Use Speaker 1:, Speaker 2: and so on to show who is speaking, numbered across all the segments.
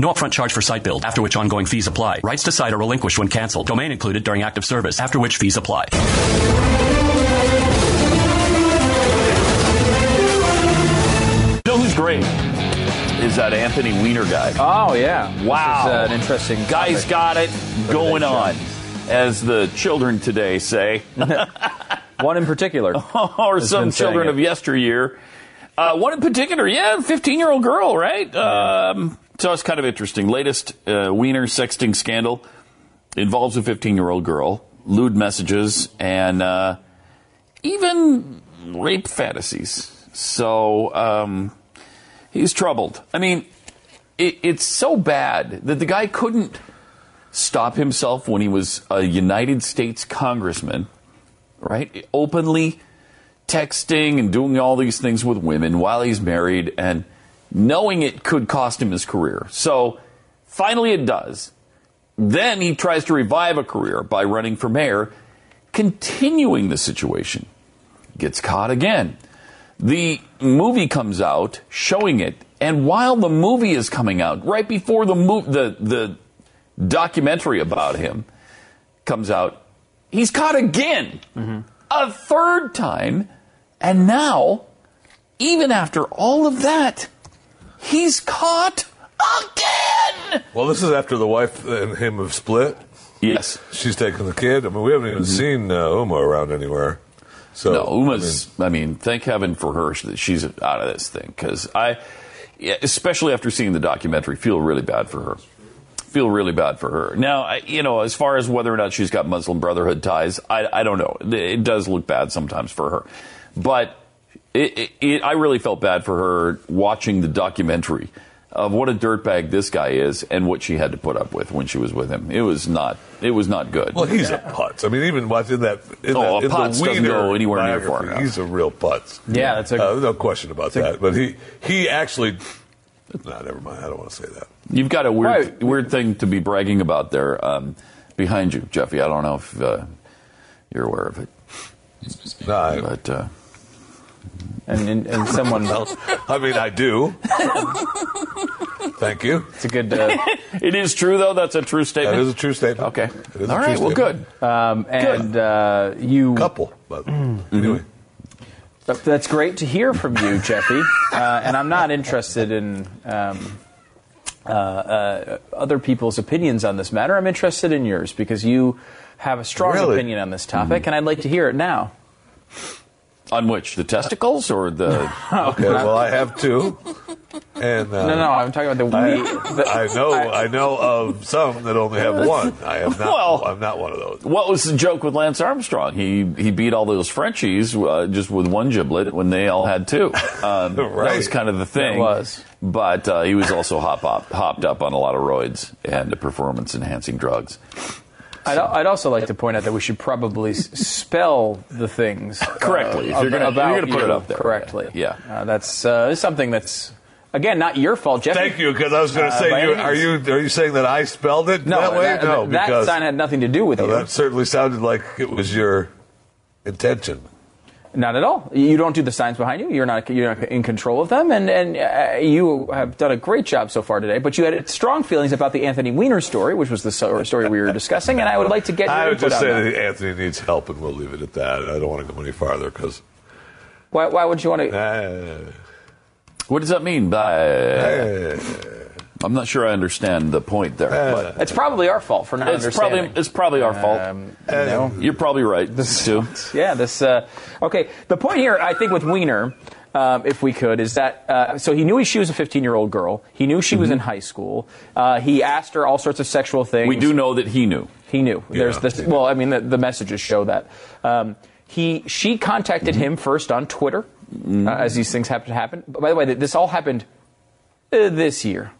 Speaker 1: No upfront charge for site build, after which ongoing fees apply. Rights to site are relinquished when canceled. Domain included during active service, after which fees apply.
Speaker 2: You know who's great?
Speaker 3: Is that Anthony Weiner guy?
Speaker 2: Oh, yeah.
Speaker 3: Wow.
Speaker 2: This is, uh, an interesting
Speaker 3: Guy's
Speaker 2: topic.
Speaker 3: got it going on, as the children today say.
Speaker 2: One in particular.
Speaker 3: or some children of yesteryear. Uh, one in particular, yeah, 15 year old girl, right? Um, so it's kind of interesting. Latest uh, Wiener sexting scandal involves a 15 year old girl, lewd messages, and uh, even rape fantasies. So um, he's troubled. I mean, it, it's so bad that the guy couldn't stop himself when he was a United States congressman, right? Openly texting and doing all these things with women while he's married and knowing it could cost him his career. So finally it does. Then he tries to revive a career by running for mayor, continuing the situation. Gets caught again. The movie comes out showing it, and while the movie is coming out, right before the mo- the the documentary about him comes out, he's caught again. Mm-hmm. A third time, and now even after all of that, he's caught again.
Speaker 4: Well, this is after the wife and him have split.
Speaker 3: Yes,
Speaker 4: she's taking the kid. I mean, we haven't even seen uh, Uma around anywhere. So
Speaker 3: Mm-hmm. no, Uma's. I mean, I mean thank heaven for her that she's out of this thing because I, especially after seeing the documentary, feel really bad for her. Feel really bad for her. Now, I, you know, as far as whether or not she's got Muslim Brotherhood ties, I, I don't know. It does look bad sometimes for her, but it, it, it, I really felt bad for her watching the documentary of what a dirtbag this guy is and what she had to put up with when she was with him. It was not. It was not good.
Speaker 4: Well, he's yeah. a putz. I mean, even watching that. In
Speaker 3: oh,
Speaker 4: that, in
Speaker 3: putz doesn't go anywhere near far
Speaker 4: enough. He's a real putz.
Speaker 2: Yeah, that's a,
Speaker 4: uh, no question about that. A, but he he actually. Nah, never mind. I don't want to say that.
Speaker 3: You've got a weird right. weird thing to be bragging about there um, behind you, Jeffy. I don't know if uh, you're aware of it.
Speaker 4: No,
Speaker 3: but. Uh,
Speaker 2: and, and, and, someone else.
Speaker 4: I mean, I do. Thank you.
Speaker 2: It's a good. Uh,
Speaker 3: it is true, though. That's a true statement.
Speaker 4: That is a true statement.
Speaker 3: Okay. All right. Well, good.
Speaker 2: Um, and good. Uh, you
Speaker 4: couple, but mm-hmm. anyway.
Speaker 2: That's great to hear from you, Jeffy. Uh, and I'm not interested in um, uh, other people's opinions on this matter. I'm interested in yours because you have a strong
Speaker 4: really?
Speaker 2: opinion on this topic, mm-hmm. and I'd like to hear it now.
Speaker 3: On which the testicles or the?
Speaker 4: okay, well I have two. And uh,
Speaker 2: no, no, I'm talking about the.
Speaker 4: I,
Speaker 2: the,
Speaker 4: I know, I, I, know of some that only have one. I am not. Well, I'm not one of those.
Speaker 3: What was the joke with Lance Armstrong? He he beat all those Frenchies uh, just with one giblet when they all had two. Um,
Speaker 4: right.
Speaker 3: That was kind of the thing.
Speaker 2: It was.
Speaker 3: But uh, he was also hop up, hopped up on a lot of roids and performance enhancing drugs.
Speaker 2: I'd, I'd, also like to point out that we should probably spell the things
Speaker 3: correctly. Uh, if you're going to put it up there
Speaker 2: correctly,
Speaker 3: yeah,
Speaker 2: uh, that's uh, something that's again not your fault, Jeff.
Speaker 4: Thank you, because I was going to say, you, are you are you saying that I spelled it
Speaker 2: no,
Speaker 4: that way?
Speaker 2: That,
Speaker 4: no,
Speaker 2: that,
Speaker 4: because,
Speaker 2: that sign had nothing to do with
Speaker 4: no,
Speaker 2: you.
Speaker 4: That certainly sounded like it was your intention.
Speaker 2: Not at all. You don't do the signs behind you. You're not you're not in control of them, and and uh, you have done a great job so far today. But you had strong feelings about the Anthony Weiner story, which was the story we were discussing, and I would like to get.
Speaker 4: I would just say that
Speaker 2: it.
Speaker 4: Anthony needs help, and we'll leave it at that. I don't want to go any farther eh, because.
Speaker 2: Why, why would you want to?
Speaker 4: Uh,
Speaker 3: what does that mean by?
Speaker 4: Uh,
Speaker 3: I'm not sure I understand the point there.
Speaker 4: Uh,
Speaker 3: but
Speaker 2: It's probably our fault for not
Speaker 3: it's probably
Speaker 2: understanding.
Speaker 3: it's probably our fault.
Speaker 2: Um,
Speaker 4: no.
Speaker 3: You're probably right, Stu.
Speaker 2: Yeah, this. Uh, okay, the point here, I think, with Wiener, um, if we could, is that uh, so he knew he- she was a 15 year old girl. He knew she
Speaker 4: Mm-hmm.
Speaker 2: was in high school. Uh, he asked her all sorts of sexual things.
Speaker 3: We do know that he knew.
Speaker 2: He knew. There's this.
Speaker 4: he knew.
Speaker 2: Well, I mean, the, the messages show that. Um, he, she contacted
Speaker 4: Mm-hmm.
Speaker 2: him first on Twitter, uh, as these things happen to happen. But by the way, th- this all happened uh, this year.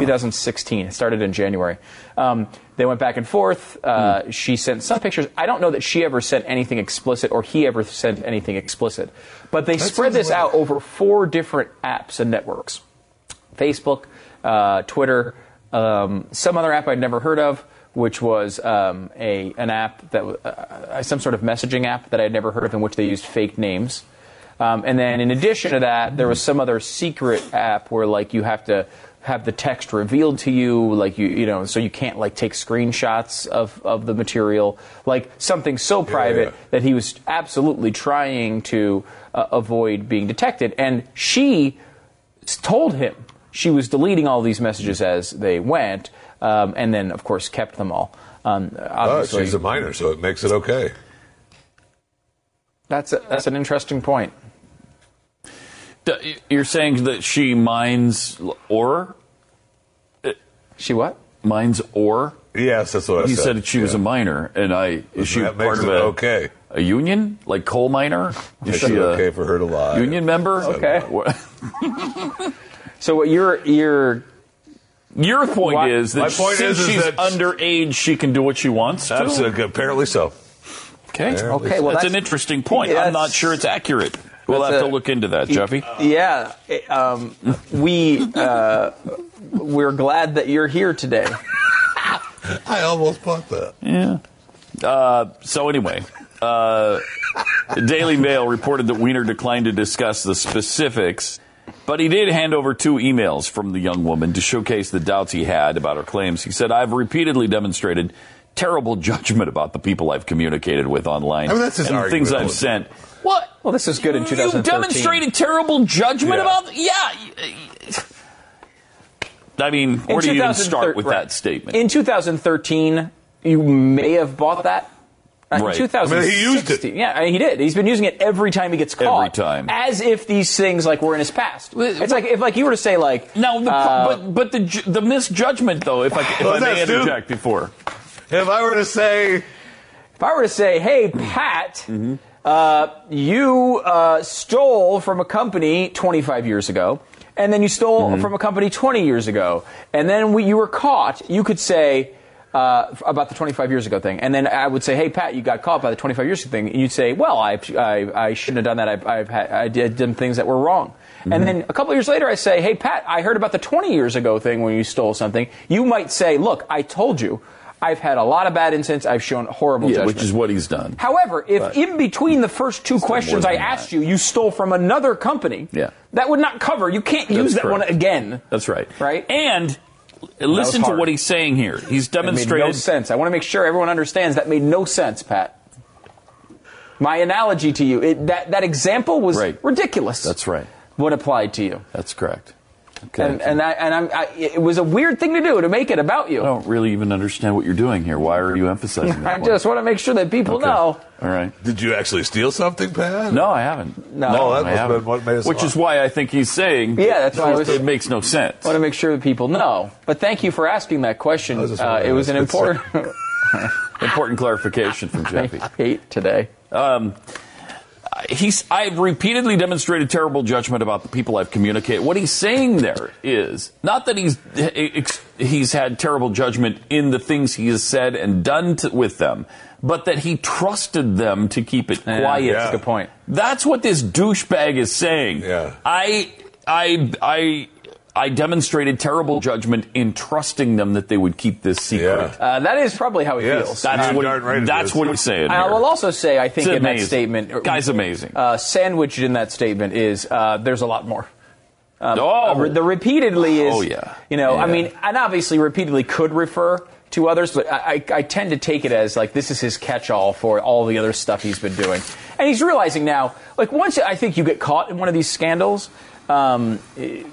Speaker 2: 2016. It started in January. Um, they went back and forth. Uh,
Speaker 4: Mm.
Speaker 2: She sent some pictures. I don't know that she ever sent anything explicit or he ever sent anything explicit. But they spread
Speaker 4: sounds
Speaker 2: this
Speaker 4: like-
Speaker 2: out over four different apps and networks Facebook, uh, Twitter, um, some other app I'd never heard of. Which was um, a an app that w- uh, some sort of messaging app that I'd never heard of, in which they used fake names. Um, and then in addition to that, there was some other secret app where like you have to have the text revealed to you, like you you know, so you can't like take screenshots of of the material, like something so private that he was absolutely trying to uh, avoid being detected. And she s- told him she was deleting all these messages as they went, um, and then of course kept them all. Um,
Speaker 4: Oh,
Speaker 2: obviously,
Speaker 4: she's a minor, so it makes it okay.
Speaker 2: that's a, that's an interesting point.
Speaker 3: D- You're saying that she mines or
Speaker 2: She what?
Speaker 3: mines or.
Speaker 4: Yes, that's what I
Speaker 3: He
Speaker 4: said.
Speaker 3: said that she was a minor, and I is she
Speaker 4: that
Speaker 3: part
Speaker 4: makes
Speaker 3: of
Speaker 4: it
Speaker 3: a,
Speaker 4: okay.
Speaker 3: a union like coal miner? Is
Speaker 4: Makes
Speaker 3: she
Speaker 4: it
Speaker 3: a
Speaker 4: okay for her to lie.
Speaker 3: union member?
Speaker 2: Okay.
Speaker 3: What-
Speaker 2: So what you're you're
Speaker 3: Your point
Speaker 2: Why-
Speaker 3: is
Speaker 4: My
Speaker 3: that
Speaker 4: point
Speaker 3: since
Speaker 4: is- is
Speaker 3: she's
Speaker 4: that-
Speaker 3: underage, she can do what she wants. to?
Speaker 4: Absolutely, apparently so.
Speaker 3: Okay.
Speaker 4: Apparently
Speaker 2: Okay, well,
Speaker 3: that's,
Speaker 2: that's-
Speaker 3: an interesting point.
Speaker 2: Yeah,
Speaker 3: I'm not
Speaker 2: that's-
Speaker 3: sure it's accurate. We'll have
Speaker 2: that's
Speaker 3: to
Speaker 2: a- e
Speaker 3: look into that, Jeffy.
Speaker 2: Yeah, it, um, we uh, we're glad that you're here today.
Speaker 4: I almost bought that.
Speaker 3: Yeah. Uh, so anyway, uh, Daily Mail reported that Weiner declined to discuss the specifics, but he did hand over two emails from the young woman to showcase the doubts he had about her claims. He said, "I've repeatedly demonstrated terrible judgment about the people I've communicated with online
Speaker 4: I mean, that's his
Speaker 3: and the things
Speaker 4: argument.
Speaker 3: I've sent." What?
Speaker 2: Well, this is good in 2013.
Speaker 3: You demonstrated terrible judgment
Speaker 4: Yeah.
Speaker 3: about. Yeah. I mean, where do you even start with that statement?
Speaker 2: In 2013, you may have bought that. Uh, in
Speaker 3: Right.
Speaker 2: 2016,
Speaker 4: I mean, he used it.
Speaker 2: Yeah, I mean, he did. He's been using it every time he gets caught.
Speaker 3: time.
Speaker 2: As if these things like were in his past. It's like if like you were to say like
Speaker 3: No, the,
Speaker 2: uh,
Speaker 3: but but the ju- the misjudgment though, Oh, if I, if
Speaker 4: Well,
Speaker 3: I may
Speaker 4: that's true.
Speaker 3: interject before,
Speaker 4: If I were to say,
Speaker 2: If I were to say, "Hey, Pat, uh, you uh, stole from a company 25 years ago, and then you stole from a company 20 years ago, and then we, you were caught," you could say uh, f- about the 25 years ago thing, and then I would say, "Hey, Pat, you got caught by the 25 years ago thing," and you'd say, "Well, I I, I shouldn't have done that. I've, I've had, I did done things that were wrong." And then a couple years later, I say, "Hey, Pat, I heard about the 20 years ago thing when you stole something." You might say, "Look, I told you." I've had a lot of bad incidents. I've shown horrible
Speaker 3: yeah,
Speaker 2: judgment.
Speaker 3: which is what he's done.
Speaker 2: However, if
Speaker 3: But-
Speaker 2: in between the first two questions
Speaker 3: than
Speaker 2: I asked
Speaker 3: that.
Speaker 2: you, you stole from another company,
Speaker 3: Yeah.
Speaker 2: that would not cover. You can't use that
Speaker 3: correct.
Speaker 2: one again.
Speaker 3: That's right.
Speaker 2: Right?
Speaker 3: And listen to
Speaker 2: hard.
Speaker 3: what he's saying here. He's
Speaker 2: That made no
Speaker 3: demonstrated.
Speaker 2: sense. I want to make sure everyone understands that made no sense, Pat. My analogy to you, it, that, that example was
Speaker 3: Right.
Speaker 2: ridiculous.
Speaker 3: That's right.
Speaker 2: What applied to you.
Speaker 3: That's correct. Okay.
Speaker 2: And, and, I, and I'm, I, it was a weird thing to do to make it about you.
Speaker 3: I don't really even understand what you're doing here. Why are you emphasizing that?
Speaker 2: I just want to make sure that people
Speaker 3: Okay.
Speaker 2: know.
Speaker 3: All right.
Speaker 4: "Did you actually steal something, Pat?"
Speaker 3: No, I haven't.
Speaker 2: No. No,
Speaker 4: that
Speaker 3: I
Speaker 4: must
Speaker 3: haven't.
Speaker 4: have been what made us
Speaker 3: Which
Speaker 4: laugh.
Speaker 3: is why I think he's saying.
Speaker 2: Yeah, that's why I was-
Speaker 3: It makes no sense.
Speaker 2: want to make sure that people know. But thank you for asking that question.
Speaker 4: was just
Speaker 2: Uh,
Speaker 4: wondering
Speaker 2: it was an
Speaker 4: if it's-
Speaker 2: important
Speaker 3: Important clarification from Jeffy.
Speaker 2: hate today.
Speaker 3: Um, he's, I've repeatedly demonstrated terrible judgment about the people I've communicated. What he's saying there is not that he's he's had terrible judgment in the things he has said and done to, with them, but that he trusted them to keep it quiet.
Speaker 4: that's a good
Speaker 2: point.
Speaker 3: That's what this douchebag is saying.
Speaker 4: Yeah.
Speaker 3: I I I. I demonstrated terrible judgment in trusting them that they would keep this secret.
Speaker 2: Uh, that is probably how he
Speaker 4: Yes.
Speaker 2: feels.
Speaker 3: That's
Speaker 4: You're
Speaker 3: what.
Speaker 4: darn right it
Speaker 3: that's
Speaker 4: is.
Speaker 3: what he's saying.
Speaker 2: I
Speaker 3: here.
Speaker 2: will also say, I think
Speaker 3: It's
Speaker 2: in that
Speaker 3: amazing.
Speaker 2: statement,
Speaker 3: Guy's amazing.
Speaker 2: Uh, sandwiched in that statement is uh, there's a lot more. Um,
Speaker 3: Oh.
Speaker 2: uh, re- the repeatedly is.
Speaker 3: Oh, yeah.
Speaker 2: You know, I
Speaker 3: Yeah.
Speaker 2: mean, and obviously, repeatedly could refer to others, but I, I, I tend to take it as like this is his catch-all for all the other stuff he's been doing, and he's realizing now. Like once I think you get caught in one of these scandals. um,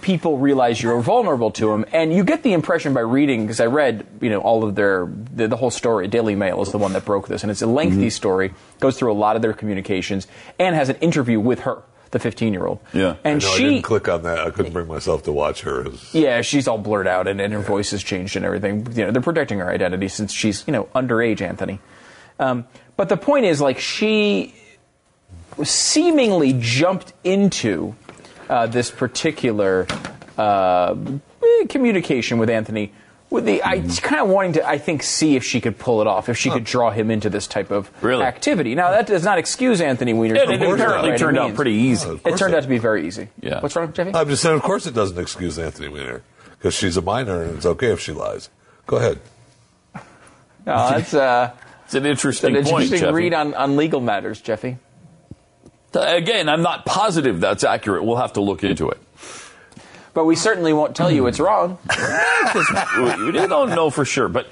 Speaker 2: people realize you're vulnerable to them, and you get the impression by reading because I read you know all of their the, the whole story. Daily Mail is the one that broke this, and it's a lengthy
Speaker 3: Mm-hmm.
Speaker 2: story, goes through a lot of their communications, and has an interview with her, the 15 year old.
Speaker 3: Yeah.
Speaker 2: and
Speaker 4: No, I
Speaker 2: she
Speaker 4: didn't click on that. I couldn't bring myself to watch her. It was-
Speaker 2: yeah, she's all blurred out and, and her voice has changed and everything. You know, they're protecting her identity since she's, you know, underage, Anthony. Um, but the point is, like, she seemingly jumped into uh, this particular uh, eh, communication with Anthony with the I
Speaker 3: Mm-hmm.
Speaker 2: kind of wanting to, I think, see if she could pull it off, if she could draw him into this type of
Speaker 3: Really?
Speaker 2: activity. Now, that does not excuse Anthony Weiner's
Speaker 3: And it
Speaker 2: behavior by
Speaker 3: apparently
Speaker 2: any
Speaker 3: turned out
Speaker 2: means.
Speaker 3: pretty easy.
Speaker 4: uh, Of
Speaker 2: It
Speaker 4: course
Speaker 2: turned
Speaker 4: it-
Speaker 2: out to be very easy.
Speaker 3: Yeah. Uh,
Speaker 2: What's wrong, Jeffy?
Speaker 4: I'm just saying, of course it doesn't excuse Anthony Weiner because she's a minor and it's okay if she lies. Go ahead.
Speaker 2: No, that's uh,
Speaker 3: It's an interesting,
Speaker 2: an interesting
Speaker 3: point, Jeffy.
Speaker 2: read on, on legal matters, Jeffy.
Speaker 3: Uh, Again, I'm not positive that's accurate. We'll have to look into it.
Speaker 2: But we certainly won't tell you it's wrong.
Speaker 3: we, we don't know for sure. But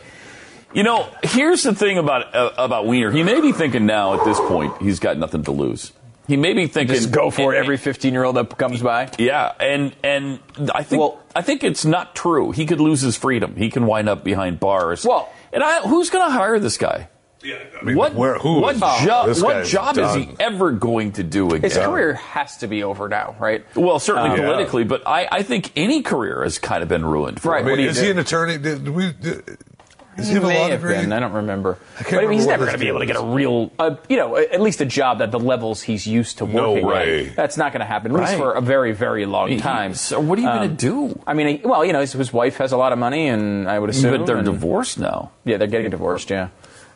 Speaker 3: you know, here's the thing about uh, about Wiener. He may be thinking now at this point he's got nothing to lose. He may be thinking
Speaker 2: Just go for it. Every 15 year old that comes by.
Speaker 3: Yeah, and and I think
Speaker 2: Well-
Speaker 3: I think it's not true. He could lose his freedom. He can wind up behind bars.
Speaker 2: Well-
Speaker 3: and I, who's going to hire this guy?
Speaker 4: Yeah, I mean,
Speaker 3: what
Speaker 4: where, who
Speaker 3: what
Speaker 4: is-
Speaker 3: job
Speaker 4: this
Speaker 3: what
Speaker 4: guy's
Speaker 3: job is he
Speaker 4: done.
Speaker 3: ever going to do again?
Speaker 2: His career has to be over now, right?
Speaker 3: Well, certainly
Speaker 4: Uh, Yeah.
Speaker 3: politically, but I, I think any career has kind of been ruined. For
Speaker 2: Right.
Speaker 4: I
Speaker 3: him.
Speaker 4: mean,
Speaker 2: What do you
Speaker 4: is
Speaker 2: do?
Speaker 4: he an attorney? Did we? Did, is he, have a
Speaker 2: may
Speaker 4: law
Speaker 2: have
Speaker 4: degree?
Speaker 2: been. I don't remember.
Speaker 4: can't
Speaker 2: But I mean, he's
Speaker 4: remember what
Speaker 2: never going to
Speaker 4: his
Speaker 2: be able to
Speaker 4: deal
Speaker 2: get a real, uh, you know, a- at least a job at the levels he's used to
Speaker 4: No
Speaker 2: working. at.
Speaker 4: way.
Speaker 2: That's not going to happen, at least
Speaker 3: Right.
Speaker 2: for a very, very long
Speaker 3: He-
Speaker 2: time. Um,
Speaker 3: so what are you
Speaker 4: Um,
Speaker 3: gonna do?
Speaker 2: I mean, well, you know, his, his wife has a lot of money, and I would assume.
Speaker 3: but they're
Speaker 2: and-
Speaker 3: divorced now.
Speaker 2: Yeah, they're getting divorced. Yeah.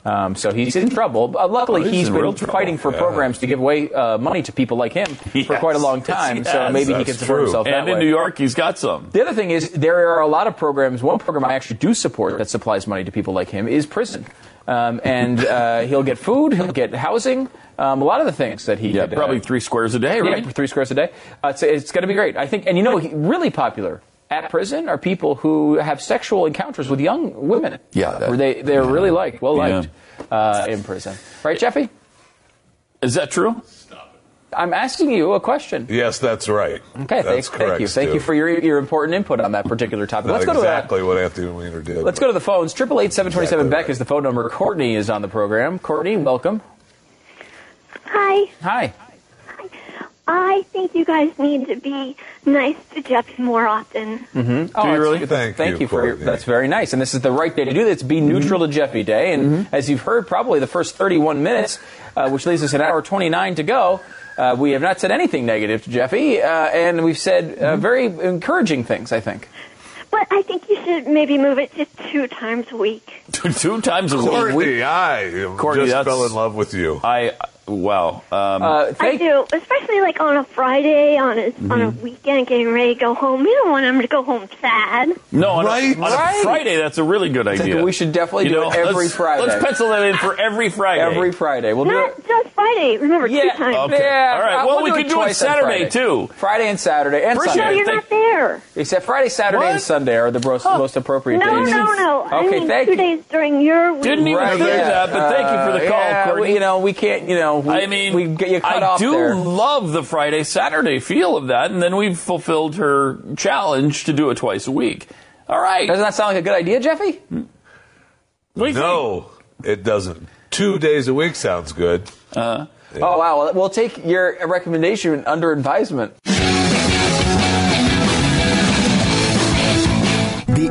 Speaker 2: Um, so he's in trouble. Uh, luckily,
Speaker 3: Oh, he's
Speaker 2: he's
Speaker 3: in
Speaker 2: been
Speaker 3: real trouble.
Speaker 2: fighting for
Speaker 4: Yeah.
Speaker 2: programs to give away uh, money to people like him for
Speaker 3: Yes.
Speaker 2: quite a long time. so
Speaker 3: Yes,
Speaker 2: maybe he
Speaker 4: that's
Speaker 2: can support
Speaker 4: true.
Speaker 2: himself that
Speaker 3: And in
Speaker 2: way.
Speaker 3: New York, he's got some.
Speaker 2: The other thing is there are a lot of programs. One program I actually do support that supplies money to people like him is prison, um, and uh, he'll get food, he'll get housing, um, a lot of the things that he
Speaker 3: Yeah,
Speaker 2: could, uh,
Speaker 3: probably three squares a day,
Speaker 2: yeah,
Speaker 3: right?
Speaker 2: three squares a day. Uh, it's it's going to be great, I think. And you know, he- really popular at prison are people who have sexual encounters with young women.
Speaker 3: Yeah, that-
Speaker 2: where they they're really liked, well
Speaker 3: Yeah.
Speaker 2: liked uh, in prison, right, Jeffy?
Speaker 3: Is that true?
Speaker 2: I'm asking you a question.
Speaker 4: Yes, that's right.
Speaker 2: Okay, thank,
Speaker 4: that's correct.
Speaker 2: thank you. Thank you
Speaker 4: Stu.
Speaker 2: for your, your important input on that particular topic.
Speaker 4: Not
Speaker 2: Let's go to that.
Speaker 4: exactly what Anthony Weiner did.
Speaker 2: Let's go to the phones. Triple eight seven twenty seven
Speaker 4: Exactly
Speaker 2: Beck
Speaker 4: right.
Speaker 2: is the phone number. Courtney is on the program. Courtney, welcome.
Speaker 5: Hi.
Speaker 2: Hi.
Speaker 5: I think you guys need to be nice to Jeff more often.
Speaker 2: Oh,
Speaker 3: you
Speaker 2: it's-
Speaker 3: really?
Speaker 2: it's-
Speaker 4: Thank
Speaker 2: thank
Speaker 4: you,
Speaker 2: you, for your,
Speaker 4: Courtney.
Speaker 2: that's very nice. And this is the right day to do this. Be neutral to Jeffy Day. And
Speaker 3: Mm-hmm.
Speaker 2: as you've heard, probably the first thirty one minutes, uh, which leaves us an hour twenty nine to go. Uh, we have not said anything negative to Jeffy, uh, and we've said uh,
Speaker 3: Mm-hmm.
Speaker 2: very encouraging things. I think.
Speaker 5: But I think you should maybe move it to two times a week.
Speaker 3: Two, two times a
Speaker 4: Courtney.
Speaker 3: week.
Speaker 4: I am
Speaker 3: Courtney,
Speaker 4: just
Speaker 3: that's-
Speaker 4: fell in love with you.
Speaker 3: I wow. Um,
Speaker 2: Uh,
Speaker 5: I
Speaker 2: thank, Mm-hmm.
Speaker 5: do, especially like on a Friday, on a on a weekend, getting ready to go home. You don't want him to go home sad.
Speaker 3: no, on,
Speaker 4: right,
Speaker 3: a, on
Speaker 2: right.
Speaker 3: a Friday, that's a really good
Speaker 2: think
Speaker 3: idea.
Speaker 2: we should definitely
Speaker 3: You
Speaker 2: do
Speaker 3: know,
Speaker 2: it every
Speaker 3: let's-
Speaker 2: Friday.
Speaker 3: Let's pencil that in for every Friday.
Speaker 2: Every Friday, we'll do it.
Speaker 5: Not just Friday. Remember, two times.
Speaker 3: Okay.
Speaker 2: Yeah,
Speaker 3: All right.
Speaker 2: uh,
Speaker 3: Well, we could do it
Speaker 2: twice on
Speaker 3: Saturday,
Speaker 2: Friday.
Speaker 3: too.
Speaker 2: Friday and Saturday and
Speaker 3: Appreciate
Speaker 5: No,
Speaker 2: Sunday.
Speaker 5: you're
Speaker 3: Thank-
Speaker 5: not there.
Speaker 2: Except Friday, Saturday,
Speaker 3: What?
Speaker 2: and Sunday are the most, most appropriate
Speaker 5: No,
Speaker 2: days.
Speaker 5: no, no.
Speaker 2: Okay,
Speaker 5: I mean,
Speaker 2: thank
Speaker 5: two
Speaker 2: you.
Speaker 5: days during your week.
Speaker 3: Didn't even
Speaker 2: Right,
Speaker 3: think
Speaker 2: yeah.
Speaker 3: that, but thank you for the
Speaker 2: Uh,
Speaker 3: call,
Speaker 2: yeah,
Speaker 3: Courtney.
Speaker 2: we- you know, we can't, you know, we,
Speaker 3: I mean,
Speaker 2: we get you cut
Speaker 3: I
Speaker 2: off
Speaker 3: do
Speaker 2: there.
Speaker 3: love the Friday Saturday feel of that, and then we've fulfilled her challenge to do it twice a week. All right.
Speaker 2: Doesn't that sound like a good idea, Jeffy?
Speaker 3: What do you
Speaker 4: no, it doesn't. Two days a week sounds good.
Speaker 2: Oh, wow. Well, we'll take your recommendation under advisement.
Speaker 6: The